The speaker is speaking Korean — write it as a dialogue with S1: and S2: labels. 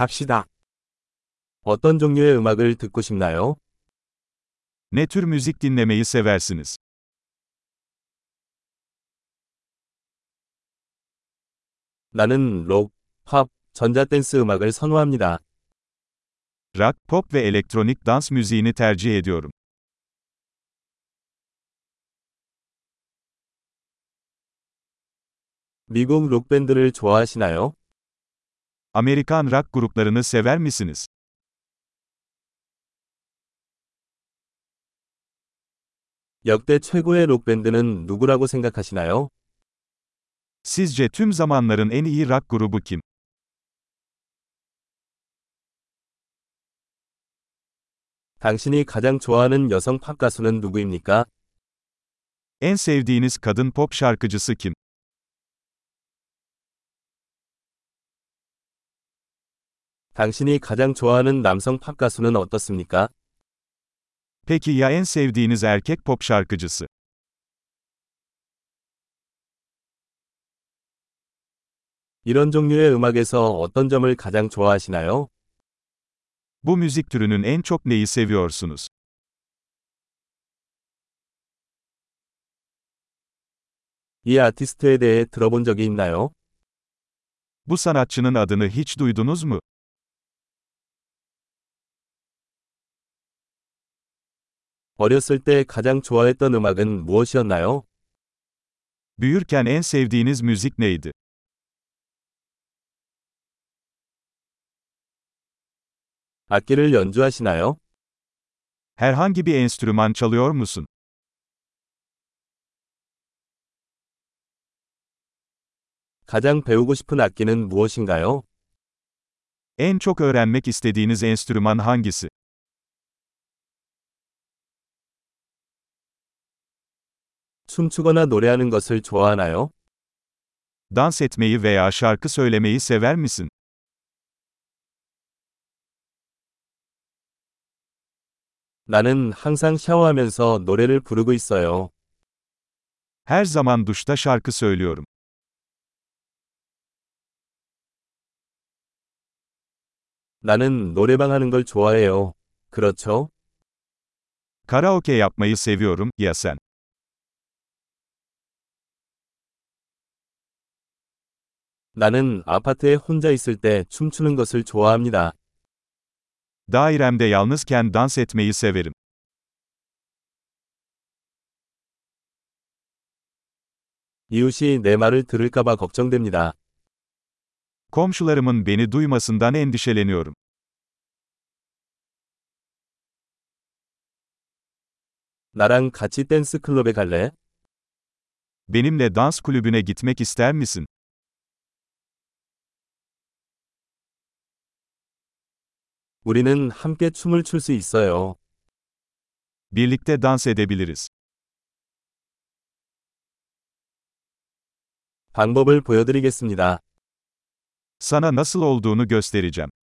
S1: 갑시다. 어떤 종류의 음악을 듣고 싶나요?
S2: Ne tür müzik dinlemeyi seversiniz?
S1: 나는 록, 팝, 전자댄스 음악을 선호합니다.
S2: Rock, pop ve elektronik dans müziğini tercih ediyorum.
S1: 미국 록밴드를 좋아하시나요?
S2: Amerikan rock gruplarını sever misiniz?
S1: 역대 최고의 록밴드는 누구라고 생각하시나요?
S2: Sizce tüm zamanların en iyi rock grubu kim?
S1: 당신이 가장 좋아하는 여성 팝 가수는 누구입니까?
S2: En sevdiğiniz kadın pop şarkıcısı kim?
S1: 당신이 가장 좋아하는 남성 팝 가수는 어떻습니까?
S2: Peki ya en sevdiğiniz erkek pop şarkıcısı?
S1: 이런 종류의 음악에서 어떤 점을 가장 좋아하시나요?
S2: Bu müzik türünün en çok neyi seviyorsunuz?
S1: 이 아티스트에 대해 들어본 적이 있나요?
S2: Bu sanatçının adını hiç duydunuz mu?
S1: 어렸을 때 가장 좋아했던 음악은 무엇이었나요?
S2: Büyürken en sevdiğiniz müzik neydi?
S1: 악기를 연주하시나요?
S2: Herhangi bir enstrüman çalıyor musun?
S1: 가장 배우고 싶은 악기는 무엇인가요?
S2: En çok öğrenmek istediğiniz enstrüman hangisi?
S1: 춤추거나 노래하는 것을 좋아하나요?
S2: Dans etmeyi veya şarkı söylemeyi sever misin?
S1: 나는 항상 샤워하면서 노래를 부르고 있어요.
S2: Her zaman duşta şarkı söylüyorum.
S1: 나는 노래방 하는 걸 좋아해요. 그렇죠?
S2: Karaoke yapmayı seviyorum, ya sen?
S1: 나는 아파트에 혼자 있을 때 춤추는 것을 좋아합니다.
S2: Dairemde yalnızken dans etmeyi severim.
S1: 이웃이 내 말을 들을까봐 걱정됩니다.
S2: Komşularımın beni duymasından endişeleniyorum.
S1: 나랑 같이 댄스 클럽에 갈래?
S2: Benimle dans kulübüne gitmek ister misin?
S1: 우리는 함께 춤을 출 수 있어요.
S2: Birlikte dans edebiliriz.
S1: 방법을 보여드리겠습니다.
S2: Sana nasıl olduğunu göstereceğim.